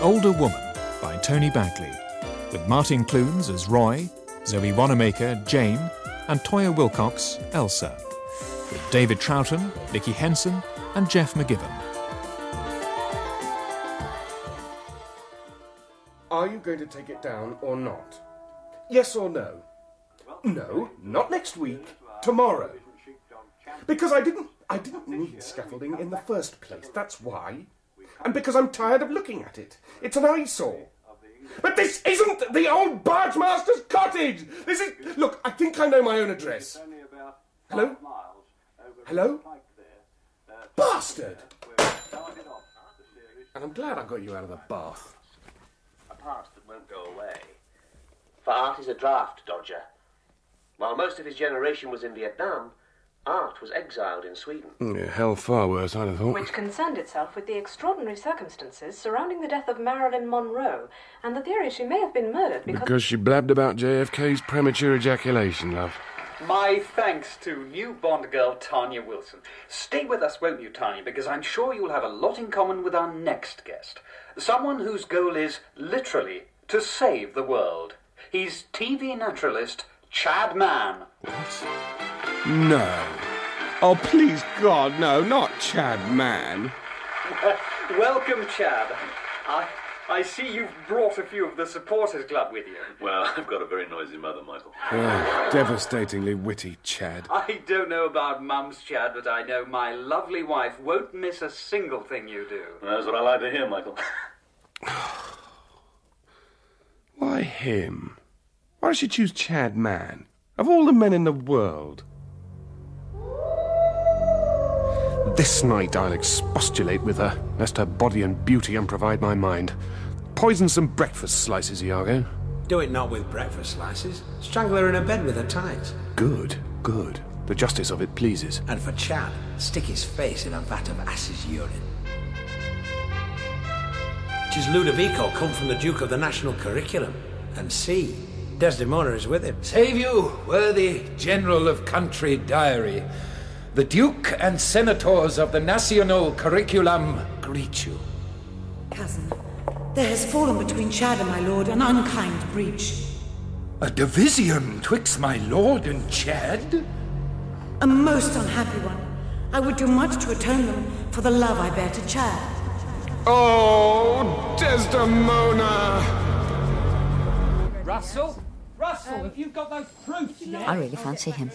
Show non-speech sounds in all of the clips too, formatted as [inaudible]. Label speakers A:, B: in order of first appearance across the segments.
A: Older Woman by Tony Bagley, with Martin Clunes as Roy, Zoe Wanamaker, Jane, and Toya Wilcox, Elsa, with David Troughton, Vicky Henson, and Jeff McGibbon.
B: Are you going to take it down or not? Yes or no? No, not next week. Tomorrow. Because I didn't I didn't need scaffolding in the first place, that's why. And because I'm tired of looking at it. It's an eyesore. But this isn't the old bargemaster's cottage! This is look, I think I know my own address. Hello? Hello? Bastard! And I'm glad I got you out of the bath.
C: A past that won't go away. For art is a draft dodger. While most of his generation was in Vietnam, art was exiled in Sweden.
D: Yeah, hell far worse, I'd have thought.
E: which concerned itself with the extraordinary circumstances surrounding the death of Marilyn Monroe and the theory she may have been murdered because.
D: Because she blabbed about JFK's premature ejaculation, love.
F: My thanks to new Bond girl Tanya Wilson. Stay with us, won't you, Tanya? Because I'm sure you'll have a lot in common with our next guest. Someone whose goal is literally to save the world. He's TV naturalist Chad Mann. [laughs]
D: No.
G: Oh, please, God, no, not Chad Man.
F: Welcome, Chad. I, I see you've brought a few of the supporters club with you.
C: Well, [laughs] I've got a very noisy mother, Michael.
D: Oh, devastatingly witty Chad.
F: I don't know about Mum's Chad, but I know my lovely wife won't miss a single thing you do.
C: That's what I like to hear, Michael.
D: Why him? Why did she choose Chad Man? Of all the men in the world. This night I'll expostulate with her, lest her body and beauty unprovide my mind. Poison some breakfast slices, Iago.
H: Do it not with breakfast slices. Strangle her in her bed with her tights.
D: Good, good. The justice of it pleases.
H: And for Chad, stick his face in a vat of ass's urine. Tis Ludovico come from the Duke of the National Curriculum. And see, Desdemona is with him.
I: Save you, worthy General of Country Diary. The Duke and Senators of the National Curriculum greet you.
J: Cousin, there has fallen between Chad and my lord an unkind breach.
I: A division twixt my lord and Chad?
J: A most unhappy one. I would do much to atone them for the love I bear to Chad.
G: Oh, Desdemona!
K: [laughs] Russell? Russell, have Um, you got those proofs yet?
L: I really fancy him.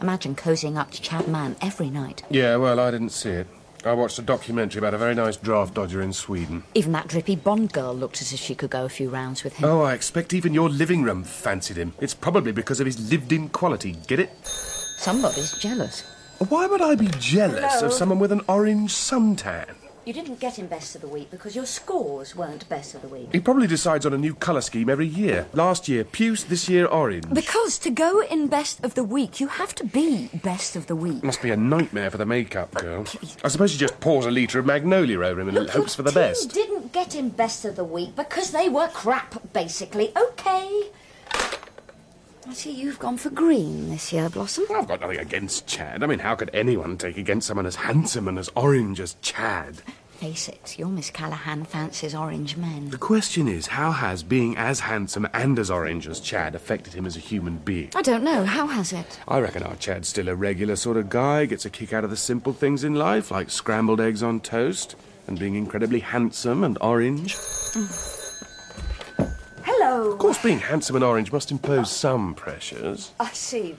L: Imagine cozying up to Chad Mann every night.
D: Yeah, well, I didn't see it. I watched a documentary about a very nice draft dodger in Sweden.
L: Even that drippy Bond girl looked as if she could go a few rounds with him.
D: Oh, I expect even your living room fancied him. It's probably because of his lived in quality, get it?
L: Somebody's jealous.
D: Why would I be jealous
L: Hello?
D: of someone with an orange suntan?
L: You didn't get him best of the week because your scores weren't best of the week.
D: He probably decides on a new colour scheme every year. Last year, puce, this year, orange.
L: Because to go in best of the week, you have to be best of the week.
D: Must be a nightmare for the makeup girl. I suppose you just pours a litre of magnolia over him and
L: Look,
D: hopes
L: your
D: for the
L: team
D: best.
L: didn't get him best of the week because they were crap, basically. Okay. I see you've gone for green this year, Blossom.
D: I've got nothing against Chad. I mean, how could anyone take against someone as handsome and as orange as Chad?
L: Face it, your Miss Callahan fancies orange men.
D: The question is, how has being as handsome and as orange as Chad affected him as a human being?
L: I don't know. How has it?
D: I reckon our Chad's still a regular sort of guy, gets a kick out of the simple things in life, like scrambled eggs on toast, and being incredibly handsome and orange.
L: Hello.
D: Of course, being handsome and orange must impose some pressures,
L: I see.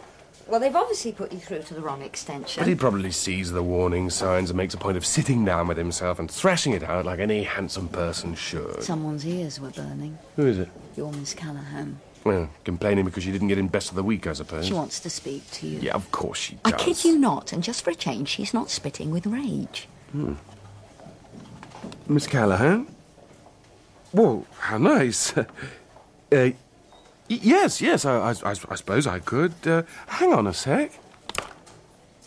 L: Well, they've obviously put you through to the wrong extension.
D: but he probably sees the warning signs and makes a point of sitting down with himself and thrashing it out like any handsome person should.
L: Someone's ears were burning.
D: Who is it?
L: Your Miss Callahan.
D: Well, complaining because she didn't get in best of the week, I suppose.
L: She wants to speak to you.
D: Yeah, of course she
L: I
D: does.
L: kid you not, and just for a change, she's not spitting with rage.
D: Hmm. Miss Callahan? Whoa, how nice. [laughs] Uh, y- yes, yes, I, I, I, I suppose I could. Uh, hang on a sec.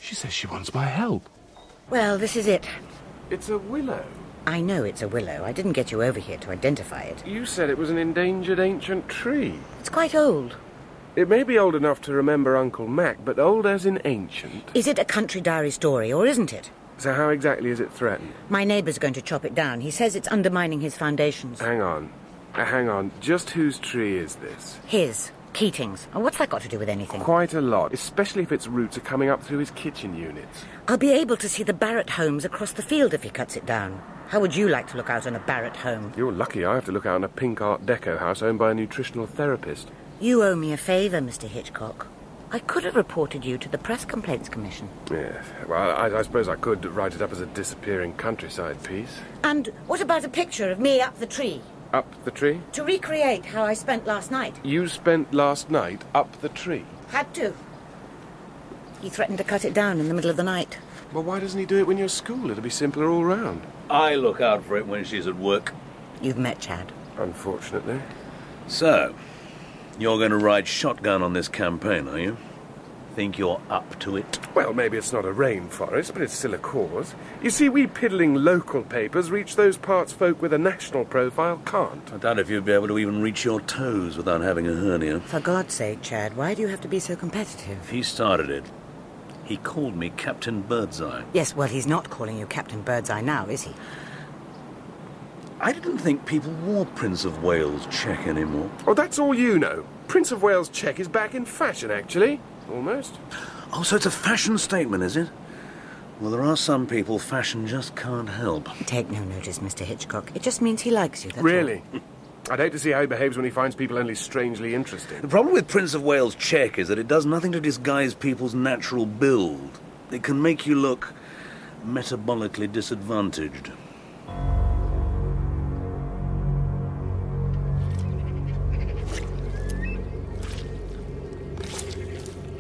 D: She says she wants my help.
M: Well, this is it.
D: It's a willow.
M: I know it's a willow. I didn't get you over here to identify it.
D: You said it was an endangered ancient tree.
M: It's quite old.
D: It may be old enough to remember Uncle Mac, but old as in ancient.
M: Is it a country diary story or isn't it?
D: So, how exactly is it threatened?
M: My neighbour's going to chop it down. He says it's undermining his foundations.
D: Hang on. Uh, hang on. Just whose tree is this?
M: His. Keating's. Oh, what's that got to do with anything?
D: Quite a lot, especially if its roots are coming up through his kitchen units.
M: I'll be able to see the Barrett homes across the field if he cuts it down. How would you like to look out on a Barrett home?
D: You're lucky I have to look out on a pink Art Deco house owned by a nutritional therapist.
M: You owe me a favour, Mr. Hitchcock. I could have reported you to the Press Complaints Commission.
D: Yes. Well, I, I suppose I could write it up as a disappearing countryside piece.
M: And what about a picture of me up the tree?
D: Up the tree?
M: To recreate how I spent last night.
D: You spent last night up the tree.
M: Had to. He threatened to cut it down in the middle of the night.
D: Well, why doesn't he do it when you're at school? It'll be simpler all round.
N: I look out for it when she's at work.
M: You've met Chad.
D: Unfortunately.
N: So, you're going to ride shotgun on this campaign, are you? Think you're up to it?
D: Well, maybe it's not a rainforest, but it's still a cause. You see, we piddling local papers reach those parts folk with a national profile can't.
N: I doubt if you'd be able to even reach your toes without having a hernia.
M: For God's sake, Chad, why do you have to be so competitive?
N: He started it. He called me Captain Birdseye.
M: Yes, well, he's not calling you Captain Birdseye now, is he?
N: I didn't think people wore Prince of Wales check anymore.
D: Oh, that's all you know. Prince of Wales check is back in fashion, actually. Almost.
N: Oh, so it's a fashion statement, is it? Well, there are some people fashion just can't help.
M: Take no notice, Mr. Hitchcock. It just means he likes you, that's
D: Really? [laughs]
M: all.
D: I'd hate to see how he behaves when he finds people only strangely interesting.
N: The problem with Prince of Wales check is that it does nothing to disguise people's natural build. It can make you look metabolically disadvantaged.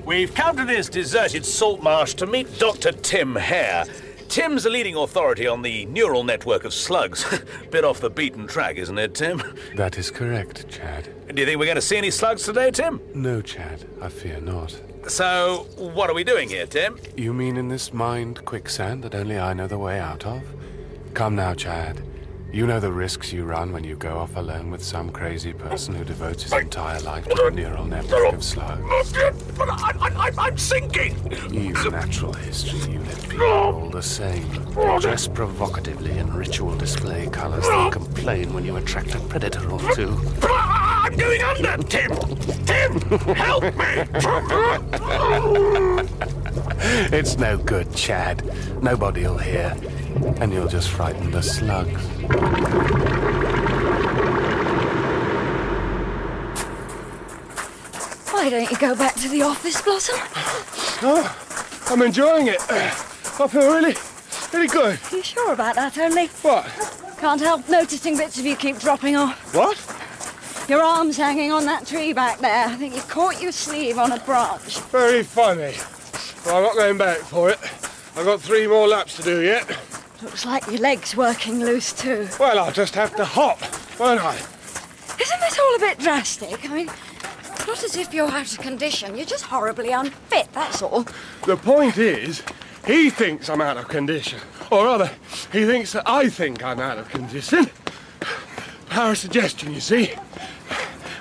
O: We've come to this deserted salt marsh to meet Dr. Tim Hare. Tim's the leading authority on the neural network of slugs. [laughs] Bit off the beaten track, isn't it, Tim?
P: That is correct, Chad.
O: Do you think we're going to see any slugs today, Tim?
P: No, Chad, I fear not.
O: So, what are we doing here, Tim?
P: You mean in this mind quicksand that only I know the way out of? Come now, Chad. You know the risks you run when you go off alone with some crazy person who devotes his entire life to a neural network of slugs.
O: I, am sinking!
P: Even natural history, you let people all the same. They dress provocatively in ritual display colors. They complain when you attract a predator or two.
O: I'm going under, Tim! Tim, help me!
P: [laughs] It's no good, Chad. Nobody'll hear. And you'll just frighten the slugs.
G: Why don't you go back to the office, Blossom?
C: Oh, I'm enjoying it. [clears throat] I feel really, really good.
G: You sure about that, only?
C: What?
G: Can't help noticing bits of you keep dropping off.
C: What?
G: Your arm's hanging on that tree back there. I think you caught your sleeve on a branch.
C: Very funny. Well, I'm not going back for it. I've got three more laps to do yet.
G: Looks like your leg's working loose too.
C: Well, I'll just have to hop, won't I?
G: Isn't this all a bit drastic? I mean, it's not as if you're out of condition. You're just horribly unfit, that's all.
C: The point is, he thinks I'm out of condition. Or rather, he thinks that I think I'm out of condition. Power of suggestion, you see.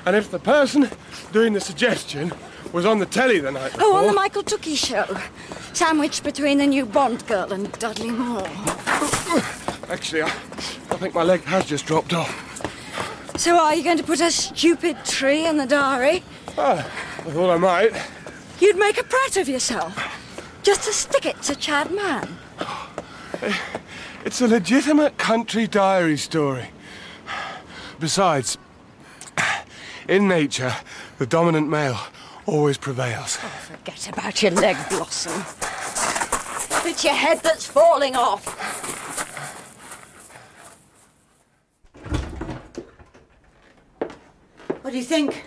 C: And if the person doing the suggestion was on the telly the night before...
G: Oh, on the Michael Tookie show. Sandwiched between the new Bond girl and Dudley Moore.
C: Actually, I, I think my leg has just dropped off.
G: So are you going to put a stupid tree in the diary?
C: Ah, I thought I might.
G: You'd make a prat of yourself. Just to stick it to Chad Mann.
C: [sighs] It's a legitimate country diary story. Besides, [sighs] in nature, the dominant male always prevails.
G: Forget about your leg, Blossom. It's your head that's falling off.
M: What do you think?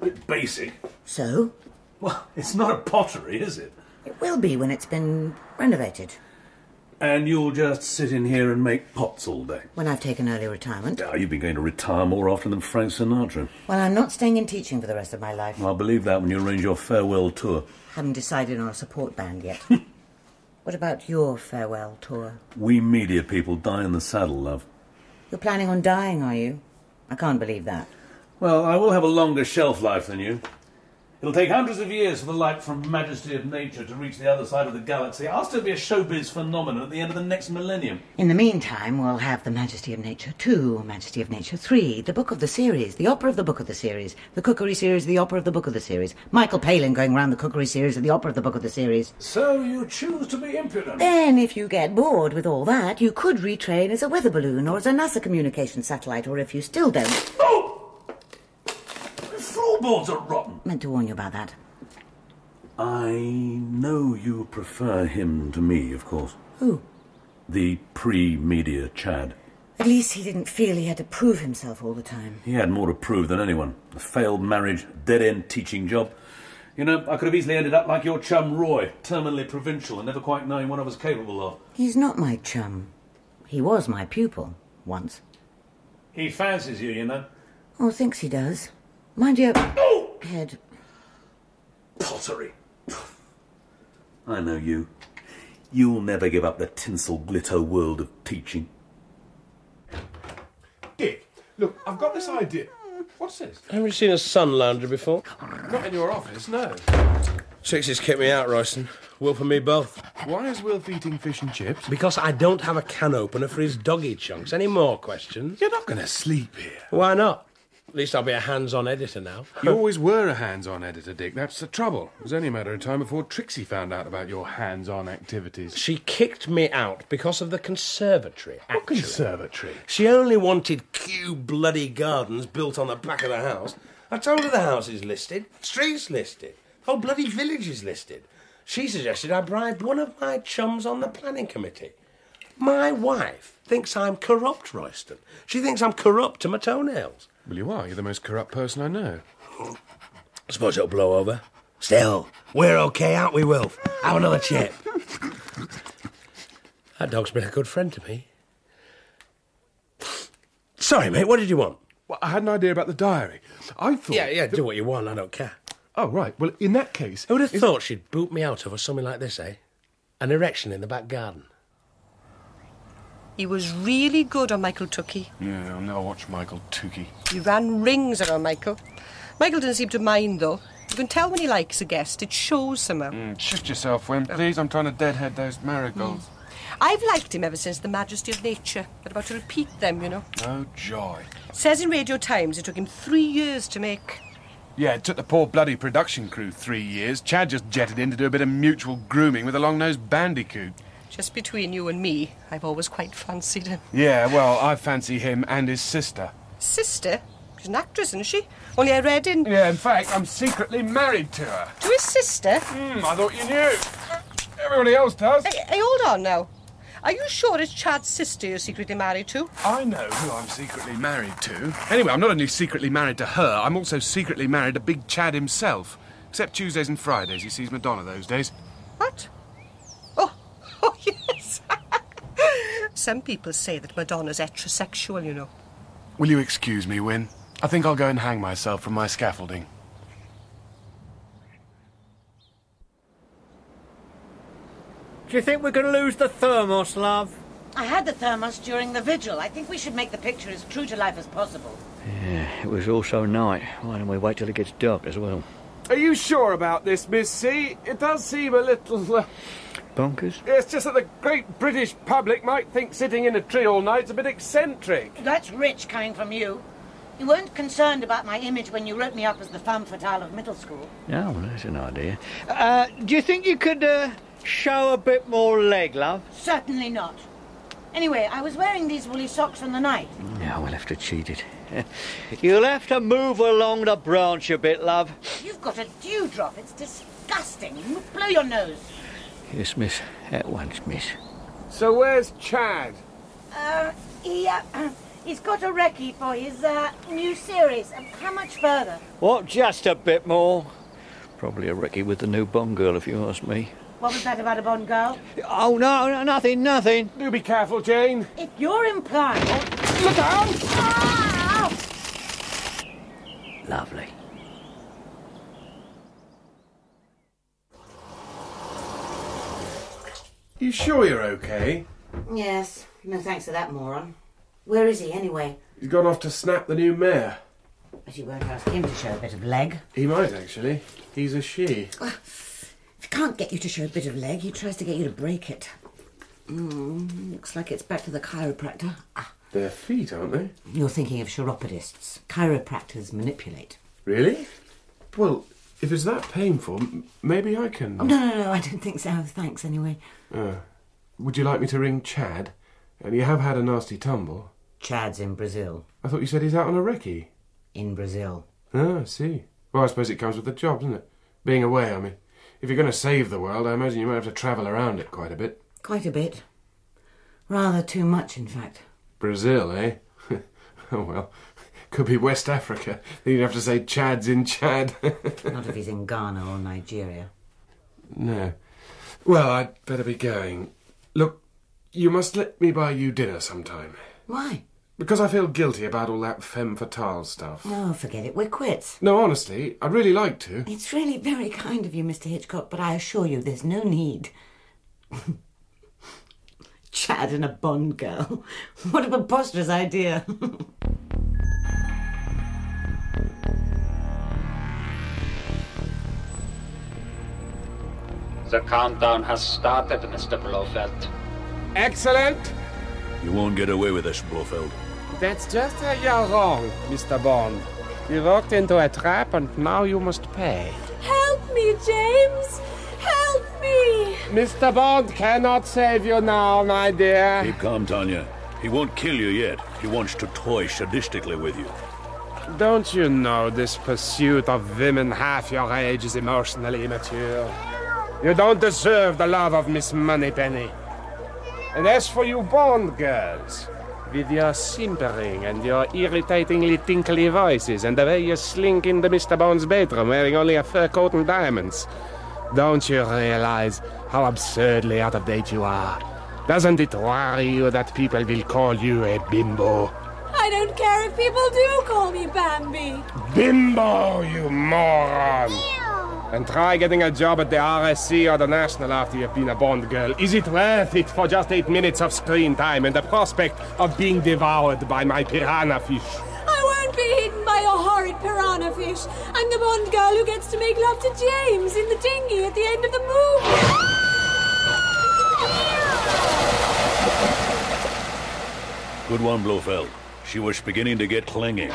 N: bit basic.
M: So?
N: Well, it's not a pottery, is it?
M: It will be when it's been renovated.
N: And you'll just sit in here and make pots all day.
M: When I've taken early retirement.
N: Oh, you've been going to retire more often than Frank Sinatra.
M: Well, I'm not staying in teaching for the rest of my life.
N: I'll believe that when you arrange your farewell tour.
M: Haven't decided on a support band [laughs] yet. what about your farewell tour?
N: We media people die in the saddle, love.
M: You're planning on dying, are you? I can't believe that.
N: Well, I will have a longer shelf life than you.
Q: It'll take hundreds of years for the light from majesty of nature to reach the other side of the galaxy. I'll still be a showbiz phenomenon at the end of the next millennium.
M: In the meantime, we'll have The Majesty of Nature 2, Majesty of Nature 3, the book of the series, the opera of the book of the series, the cookery series, the opera of the book of the series, Michael Palin going round the cookery series and the opera of the book of the series.
Q: So you choose to be impudent.
M: Then, if you get bored with all that, you could retrain as a weather balloon or as a NASA communication satellite, or if you still don't.
Q: Floorboards are rotten.
M: Meant to warn you about that.
R: I know you prefer him to me, of course.
M: Who?
R: The pre media Chad.
M: At least he didn't feel he had to prove himself all the time.
R: He had more to prove than anyone. A failed marriage, dead end teaching job.
Q: You know, I could have easily ended up like your chum Roy, terminally provincial and never quite knowing what I was capable of.
M: He's not my chum. He was my pupil, once.
Q: He fancies you, you know.
M: Oh, thinks he does. Mind your head.
Q: Pottery.
R: I know you. You'll never give up the tinsel glitter world of teaching.
G: Dick, look, I've got this idea. What's this?
S: Haven't you seen a sun lounger before?
G: Not in your office, no.
S: Trixie's kept me out, Royston. Wilf and me both.
G: Why is Wilf eating fish and chips?
S: Because I don't have a can opener for his doggy chunks. Any more questions?
G: You're not going to sleep here.
S: Why not? At least I'll be a hands on editor now.
D: You always were a hands on editor, Dick. That's the trouble. It was only a matter of time before Trixie found out about your hands on activities.
S: She kicked me out because of the conservatory.
D: What conservatory?
S: She only wanted Kew bloody gardens built on the back of the house. I told her the house is listed, streets listed, whole bloody village is listed. She suggested I bribed one of my chums on the planning committee. My wife thinks I'm corrupt, Royston. She thinks I'm corrupt to my toenails.
D: Well, you are. You're the most corrupt person I know.
S: Suppose it'll blow over. Still, we're okay, aren't we, Wilf? Have another chip. that dog's been a good friend to me. Sorry, mate, what did you want?
D: Well, I had an idea about the diary. I thought.
S: Yeah, yeah, do what you want, I don't care.
D: Oh, right. Well, in that case.
S: Who'd have thought she'd boot me out over something like this, eh? An erection in the back garden.
T: He was really good on Michael Tookie.
D: Yeah, I'll never watch Michael Tukey.
T: He ran rings around Michael. Michael doesn't seem to mind, though. You can tell when he likes a guest, it shows somehow.
D: Mm, shift yourself, Wim, please. I'm trying to deadhead those marigolds.
T: Mm. I've liked him ever since The Majesty of Nature. They're about to repeat them, you know.
D: No joy.
T: Says in Radio Times it took him three years to make.
D: Yeah, it took the poor bloody production crew three years. Chad just jetted in to do a bit of mutual grooming with a long-nosed bandicoot.
T: Just between you and me, I've always quite fancied him.
D: Yeah, well, I fancy him and his sister.
T: Sister? She's an actress, isn't she? Only I read in.
D: Yeah, in fact, I'm secretly married to her.
T: To his sister?
D: Hmm, I thought you knew. Everybody else does.
T: Hey, hey, hold on now. Are you sure it's Chad's sister you're secretly married to?
D: I know Oh, who I'm secretly married to. Anyway, I'm not only secretly married to her, I'm also secretly married to Big Chad himself. Except Tuesdays and Fridays, he sees Madonna those days.
T: What? Oh, [laughs] oh yes. [laughs] Some people say that Madonna's heterosexual, you know.
D: Will you excuse me, Win? I think I'll go and hang myself from my scaffolding.
U: Do you think we're going to lose the thermos, love?
M: I had the thermos during the vigil. I think we should make the picture as true to life as possible.
V: Yeah, it was also night. Why don't we wait till it gets dark as well?
W: Are you sure about this, Miss C? It does seem a little. Uh,
V: Bonkers?
W: it's just that the great British public might think sitting in a tree all night's a bit eccentric.
M: That's rich coming from you. You weren't concerned about my image when you wrote me up as the femme fatale of middle school.
V: Oh, well, that's an idea. Uh, do you think you could uh, show a bit more leg, love?
M: Certainly not. Anyway, I was wearing these woolly socks on the night.
V: No, we'll have to cheat it. [laughs] You'll have to move along the branch a bit, love.
M: You've got a dewdrop. It's disgusting. You Blow your nose.
V: Yes, miss. At once, miss.
W: So where's Chad?
M: Uh, he, uh, he's got a recce for his uh, new series. Um, how much further?
V: What, just a bit more? Probably a recce with the new Bond girl, if you ask me.
M: What was that about a Bond girl?
V: Oh, no, no, nothing, nothing.
W: Do be careful, Jane.
M: If you're implying.
W: Look out!
V: Lovely.
D: You sure you're okay?
M: Yes, no thanks to that moron. Where is he anyway?
D: He's gone off to snap the new mayor.
M: But you won't ask him to show a bit of leg.
S: He might, actually. He's a she.
M: If he can't get you to show a bit of leg, he tries to get you to break it. Mm, looks like it's back to the chiropractor.
S: They're feet, aren't they?
M: You're thinking of chiropodists. Chiropractors manipulate.
S: Really? Well, if it's that painful, m- maybe I can.
M: Oh, no, no, no, I don't think so. Thanks, anyway.
S: Uh, would you like me to ring Chad? And you have had a nasty tumble.
M: Chad's in Brazil.
S: I thought you said he's out on a recce.
M: In Brazil.
S: Ah, I see. Well, I suppose it comes with the job, doesn't it? Being away, I mean. If you're going to save the world, I imagine you might have to travel around it quite a bit.
M: Quite a bit. Rather too much, in fact.
S: Brazil, eh? [laughs] oh, well. Could be West Africa. Then you'd have to say Chad's in Chad. [laughs]
M: Not if he's in Ghana or Nigeria.
S: No. Well, I'd better be going. Look, you must let me buy you dinner sometime.
M: Why?
S: Because I feel guilty about all that femme fatale stuff.
M: No, forget it. We're quits.
S: No, honestly, I'd really like to.
M: It's really very kind of you, Mr. Hitchcock, but I assure you there's no need. [laughs] Chad and a Bond girl. [laughs] What a preposterous idea. [laughs]
C: The countdown has started, Mr. Blofeld.
D: Excellent.
N: You won't get away with this, Blofeld.
D: That's just how you're wrong, Mr. Bond. You walked into a trap and now you must pay.
B: Help me, James! Help me!
D: Mr. Bond cannot save you now, my dear.
N: Keep calm, Tanya. He won't kill you yet. He wants to toy sadistically with you.
D: Don't you know this pursuit of women half your age is emotionally immature? You don't deserve the love of Miss Moneypenny. And as for you Bond girls, with your simpering and your irritatingly tinkly voices and the way you slink into Mr. Bond's bedroom wearing only a fur coat and diamonds, don't you realize how absurdly out of date you are? Doesn't it worry you that people will call you a bimbo?
B: I don't care if people do call me Bambi.
D: Bimbo, you moron! And try getting a job at the RSC or the National after you've been a Bond girl. Is it worth it for just eight minutes of screen time and the prospect of being devoured by my piranha fish?
B: I won't be eaten by your horrid piranha fish. I'm the Bond girl who gets to make love to James in the dinghy at the end of the movie.
N: Good one, Blofeld. She was beginning to get clingy.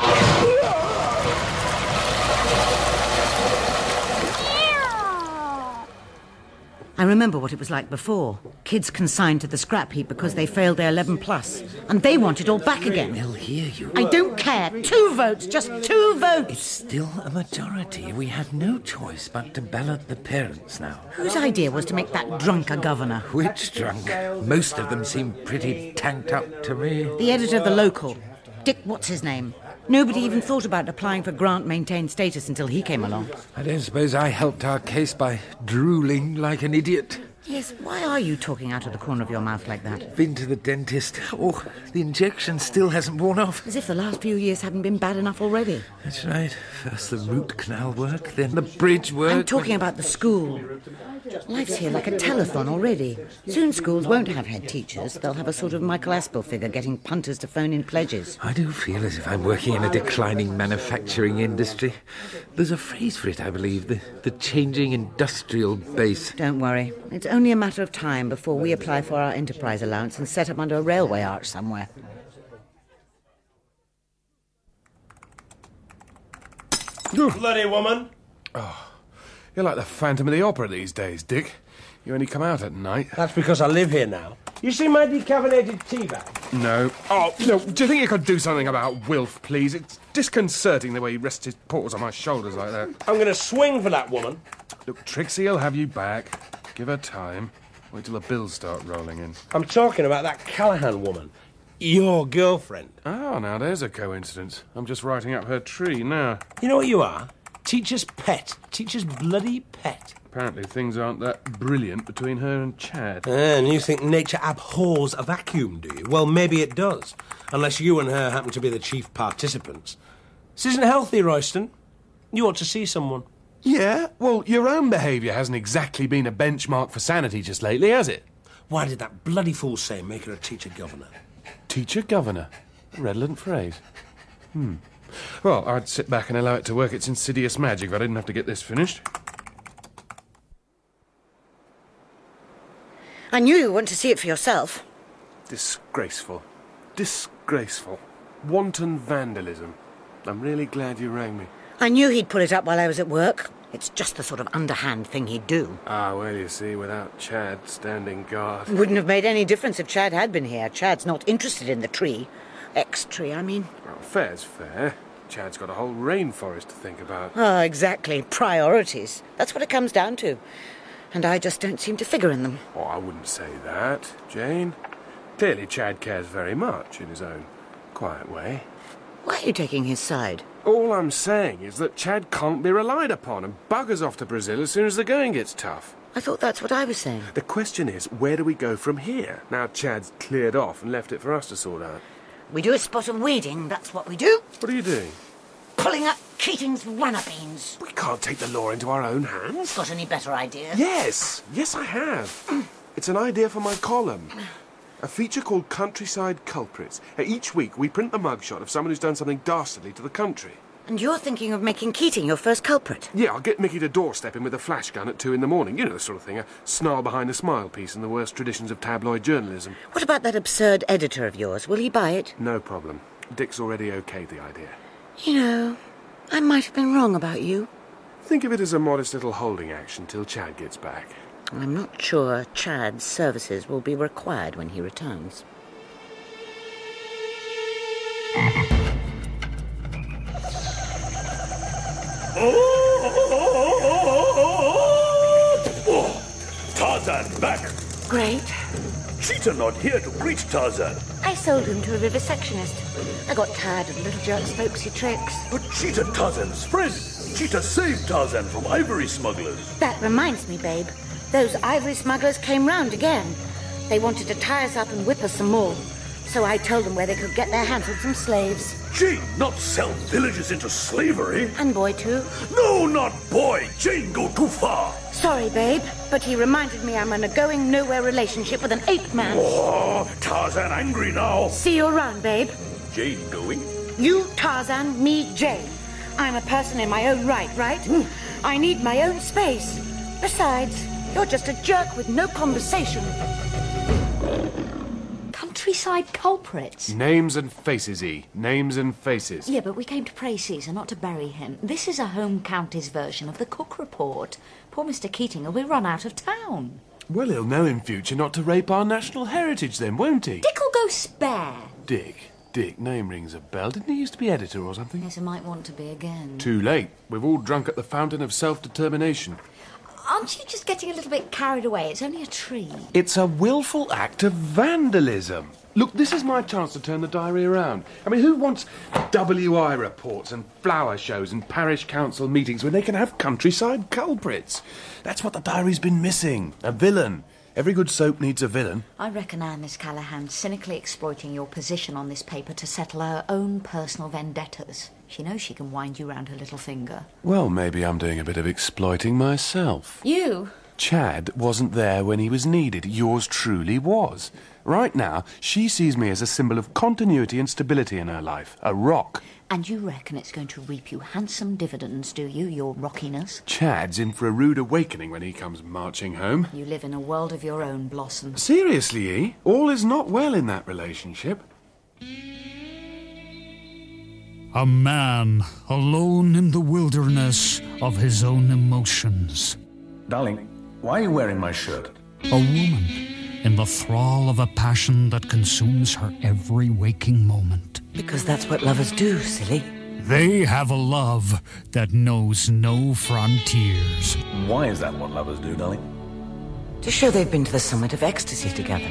M: I remember what it was like before. Kids consigned to the scrap heap because they failed their 11 plus, and they want it all back again. They'll hear you. I don't care. Two votes, just two votes. It's
P: Still a majority. We have no choice but to ballot the parents now.
M: Whose idea was to make that drunk a governor?
P: Which drunk? Most of them seem pretty tanked up to me.
M: The editor of the local, Dick, what's his name? Nobody even thought about applying for grant maintained status until he came along.
P: I don't suppose I helped our case by drooling like an idiot.
M: Yes, why are you talking out of the corner of your mouth like that?
P: Been to the dentist. Oh, the injection still hasn't worn off.
M: As if the last few years hadn't been bad enough already.
P: That's right. First the root canal work, then the bridge work.
M: I'm talking about the school. Life's here like a telethon already. Soon schools won't have head teachers. They'll have a sort of Michael Aspel figure getting punters to phone in pledges.
P: I do feel as if I'm working in a declining manufacturing industry. There's a phrase for it, I believe, the, the changing industrial base.
M: Don't worry. It's only a matter of time before we apply for our enterprise allowance and set up under a railway arch somewhere.
S: Bloody woman!
T: You're like the Phantom of the Opera these days, Dick. You only come out at night.
S: That's because I live here now. You see my decaffeinated tea bag?
T: No. Oh, no. Do you think you could do something about Wilf, please? It's disconcerting the way he rests his paws on my shoulders like that.
S: I'm going to swing for that woman.
T: Look, Trixie, I'll have you back. Give her time. Wait till the bills start rolling in.
S: I'm talking about that Callahan woman. Your girlfriend.
T: Oh, now there's a coincidence. I'm just writing up her tree now.
S: You know what you are? Teacher's pet. Teacher's bloody pet.
T: Apparently things aren't that brilliant between her and Chad.
S: Eh, And you think nature abhors a vacuum, do you? Well, maybe it does. Unless you and her happen to be the chief participants. This isn't healthy, Royston. You ought to see someone.
T: Yeah, well, your own behaviour hasn't exactly been a benchmark for sanity just lately, has it?
S: Why did that bloody fool say make her a teacher governor?
T: Teacher governor. Redolent phrase. Hmm.
D: Well, I'd sit back and allow it to work its insidious magic if I didn't have to get this finished.
M: I knew you want to see it for yourself.
D: Disgraceful. Disgraceful. Wanton vandalism. I'm really glad you rang me.
M: I knew he'd pull it up while I was at work. It's just the sort of underhand thing he'd do.
D: Ah, well, you see, without Chad standing guard.
M: Wouldn't have made any difference if Chad had been here. Chad's not interested in the tree. X tree, I mean.
D: Well, fair's fair. Chad's got a whole rainforest to think about.
M: Ah, exactly. Priorities. That's what it comes down to. And I just don't seem to figure in them.
D: Oh, I wouldn't say that, Jane. Clearly, Chad cares very much in his own quiet way.
M: Why are you taking his side?
D: All I'm saying is that Chad can't be relied upon and buggers off to Brazil as soon as the going gets tough.
M: I thought that's what I was saying.
D: The question is, where do we go from here? Now Chad's cleared off and left it for us to sort out.
M: We do a spot of weeding, that's what we do.
D: What are you doing?
M: Pulling up Keating's wannabeans.
D: We can't take the law into our own hands.
M: Got any better ideas?
D: Yes, yes, I have. It's an idea for my column. A feature called Countryside Culprits. Uh, Each week we print the mugshot of someone who's done something dastardly to the country.
M: And you're thinking of making Keating your first culprit?
D: Yeah, I'll get Mickey to doorstep him with a flash gun at two in the morning. You know the sort of thing, a snarl behind a smile piece in the worst traditions of tabloid journalism.
M: What about that absurd editor of yours? Will he buy it?
D: No problem. Dick's already okayed the idea.
M: You know, I might have been wrong about you.
D: Think of it as a modest little holding action till Chad gets back.
M: I'm not sure Chad's services will be required when he returns.
N: Oh, Tarzan back!
M: Great.
N: Cheetah not here to greet Tarzan.
M: I sold him to a vivisectionist. I got tired of little jerk's folksy tricks.
N: But Cheetah Tarzan's friend. Cheetah saved Tarzan from ivory smugglers.
M: That reminds me, babe. Those ivory smugglers came round again. They wanted to tie us up and whip us some more. So I told them where they could get their hands on some slaves.
N: Jane not sell villages into slavery.
M: And boy, too.
N: No, not boy. Jane go too far.
M: Sorry, babe, but he reminded me I'm in a going nowhere relationship with an ape man.
N: Oh, Tarzan angry now.
M: See you around, babe.
N: Jane going?
M: You, Tarzan, me, Jane. I'm a person in my own right, right? I need my own space. Besides, you're just a jerk with no conversation.
L: Countryside culprits.
D: Names and faces, E. Names and faces.
L: Yeah, but we came to pray Caesar, not to bury him. This is a home counties version of the Cook Report. Poor Mr. Keating will be run out of town.
D: Well, he'll know in future not to rape our national heritage, then, won't he?
L: Dick'll go spare.
D: Dick. Dick. Name rings a bell. Didn't he used to be editor or something?
L: Yes, I might want to be again.
D: Too late. We've all drunk at the fountain of self determination.
L: Aren't you just getting a little bit carried away? It's only a tree.
D: It's a willful act of vandalism. Look, this is my chance to turn the diary around. I mean, who wants WI reports and flower shows and parish council meetings when they can have countryside culprits? That's what the diary's been missing a villain. Every good soap needs a villain.
L: I reckon I, Miss Callahan, cynically exploiting your position on this paper to settle her own personal vendettas. She knows she can wind you round her little finger.
D: Well, maybe I'm doing a bit of exploiting myself.
L: You?
D: Chad wasn't there when he was needed. Yours truly was. Right now, she sees me as a symbol of continuity and stability in her life, a rock.
L: And you reckon it's going to reap you handsome dividends, do you, your rockiness?
D: Chad's in for a rude awakening when he comes marching home.
L: You live in a world of your own, Blossom.
D: Seriously, E, all is not well in that relationship.
C: A man alone in the wilderness of his own emotions.
X: Darling, why are you wearing my shirt?
C: A woman in the thrall of a passion that consumes her every waking moment.
M: Because that's what lovers do, silly.
C: They have a love that knows no frontiers.
X: Why is that what lovers do, darling?
M: To show they've been to the summit of ecstasy together.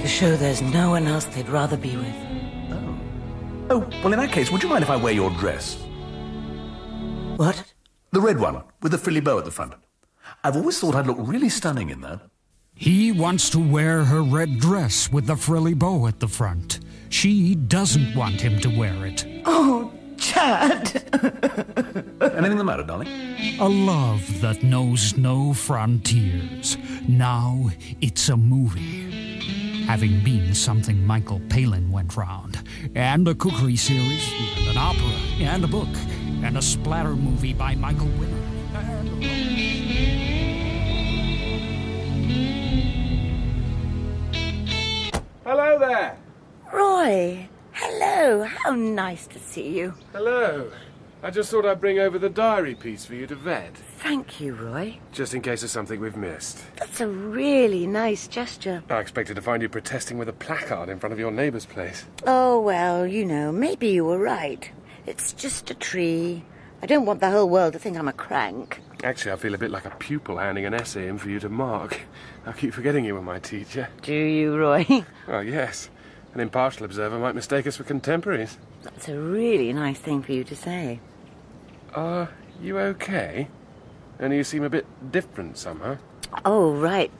M: To show there's no one else they'd rather be with.
X: Oh, well, in that case, would you mind if I wear your dress?
M: What?
X: The red one, with the frilly bow at the front. I've always thought I'd look really stunning in that.
C: He wants to wear her red dress with the frilly bow at the front. She doesn't want him to wear it.
M: Oh, Chad!
X: [laughs] Anything the matter, darling?
C: A love that knows no frontiers. Now it's a movie. having been something Michael Palin went round, and a cookery series, and an opera, and a book, and a splatter movie by Michael Winner.
D: Hello there.
M: Roy, hello. How nice to see you.
D: Hello. I just thought I'd bring over the diary piece for you to vet,
M: Thank you, Roy.
D: just in case there's something we've missed.
M: That's a really nice gesture.
D: I expected to find you protesting with a placard in front of your neighbour's place.
M: Oh, well, you know, maybe you were right. It's just a tree. I don't want the whole world to think I'm a crank.
D: Actually, I feel a bit like a pupil handing an essay in for you to mark. I keep forgetting you were my teacher.
M: Do you, Roy? [laughs]
D: Well, yes. An impartial observer might mistake us for contemporaries.
M: That's a really nice thing for you to say.
D: Are you okay? Only you seem a bit different somehow.
M: Oh, right.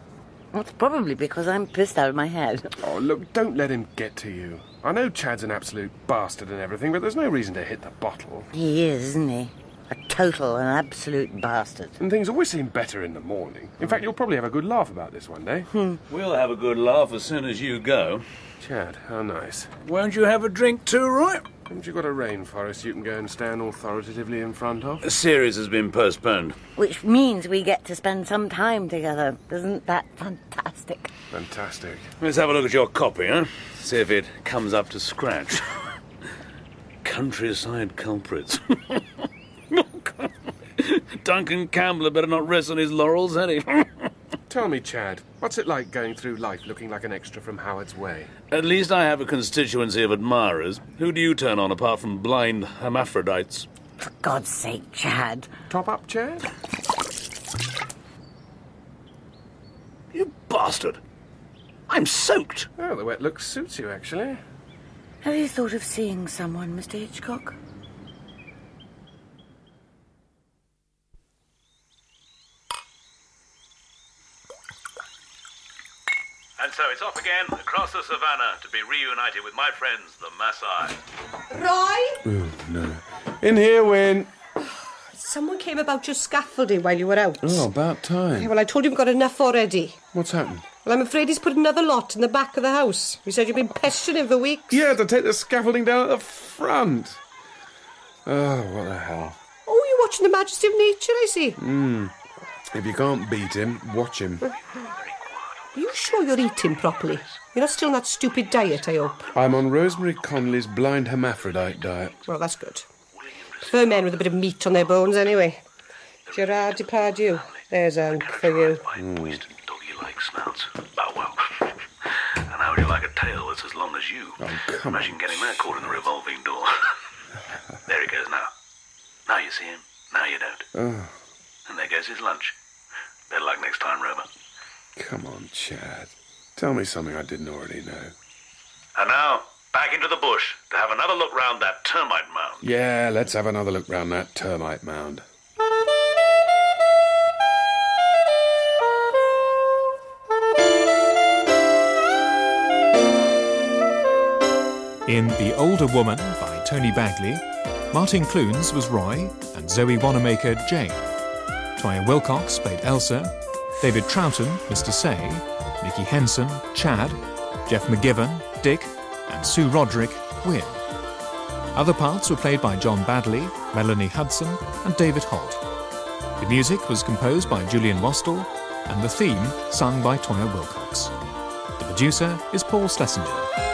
M: That's probably because I'm pissed out of my head. [laughs]
D: Oh, look, don't let him get to you. I know Chad's an absolute bastard and everything, but there's no reason to hit the bottle.
M: He is, isn't he? A total and absolute bastard.
D: And things always seem better in the morning. In fact, you'll probably have a good laugh about this one day.
M: Hmm.
N: We'll have a good laugh as soon as you go.
D: Chad, um, how nice.
N: Won't you have a drink too, Roy?
D: Haven't you got a rainforest you can go and stand authoritatively in front of?
N: The series has been postponed.
M: Which means we get to spend some time together. Isn't that fantastic?
D: Fantastic.
N: Let's have a look at your copy, huh? See if it comes up to scratch. [laughs] Countryside culprits. [laughs] Duncan Campbell had better not rest on his laurels, had he? [laughs]
D: Tell me, Chad, what's it like going through life looking like an extra from Howard's Way?
N: At least I have a constituency of admirers. Who do you turn on apart from blind hermaphrodites?
M: For God's sake, Chad.
D: Top up, Chad?
N: You bastard! I'm soaked!
D: Oh, the wet look suits you, actually.
M: Have you thought of seeing someone, Mr. Hitchcock?
N: And so it's off again across the savannah to be reunited with my friends, the Maasai.
T: Roy?
B: Oh, no. In here, Win.
T: [sighs] Someone came about your scaffolding while you were out.
B: Oh, about
T: Yeah,
B: time.
T: well, I told you we've got enough already.
B: What's happened?
T: Well, I'm afraid he's put another lot in the back of the house. We said you've been pestering him for weeks.
B: Yeah, to take the scaffolding down at the front. Oh, what the hell.
T: Oh, you're watching The Majesty of Nature, I see.
B: Hmm. If you can't beat him, watch him.
T: Are you sure you're eating properly? You're not still on that stupid diet, I hope.
B: I'm on Rosemary Conley's blind hermaphrodite diet.
T: Well, that's good. Prefer men with a bit of meat on their bones, anyway. Gerard Depardieu. There's a hunk for you.
N: Doggy like snouts. Bow wow. And how would you like a tail that's as long as you?
B: Oh, come
N: Imagine getting that caught in the revolving door. [laughs] there he goes now. Now you see him. Now you don't.
B: Oh,
N: And there goes his lunch. Better luck next time, Rover.
B: come on, Chad. Tell me something I didn't already know.
N: And now, back into the bush to have another look round that termite mound.
B: Yeah, let's have another look round that termite mound.
A: In The Older Woman by Tony Bagley, Martin Clunes was Roy and Zoe Wanamaker Jane. Toya Wilcox played Elsa, David Troughton, Mr. Say, Nikki Henson, Chad, Jeff McGivern, Dick, and Sue Roderick, Win. Other parts were played by John Badley, Melanie Hudson, and David Holt. The music was composed by Julian Wostall, and the theme sung by Toya Wilcox. The producer is Paul Schlesinger.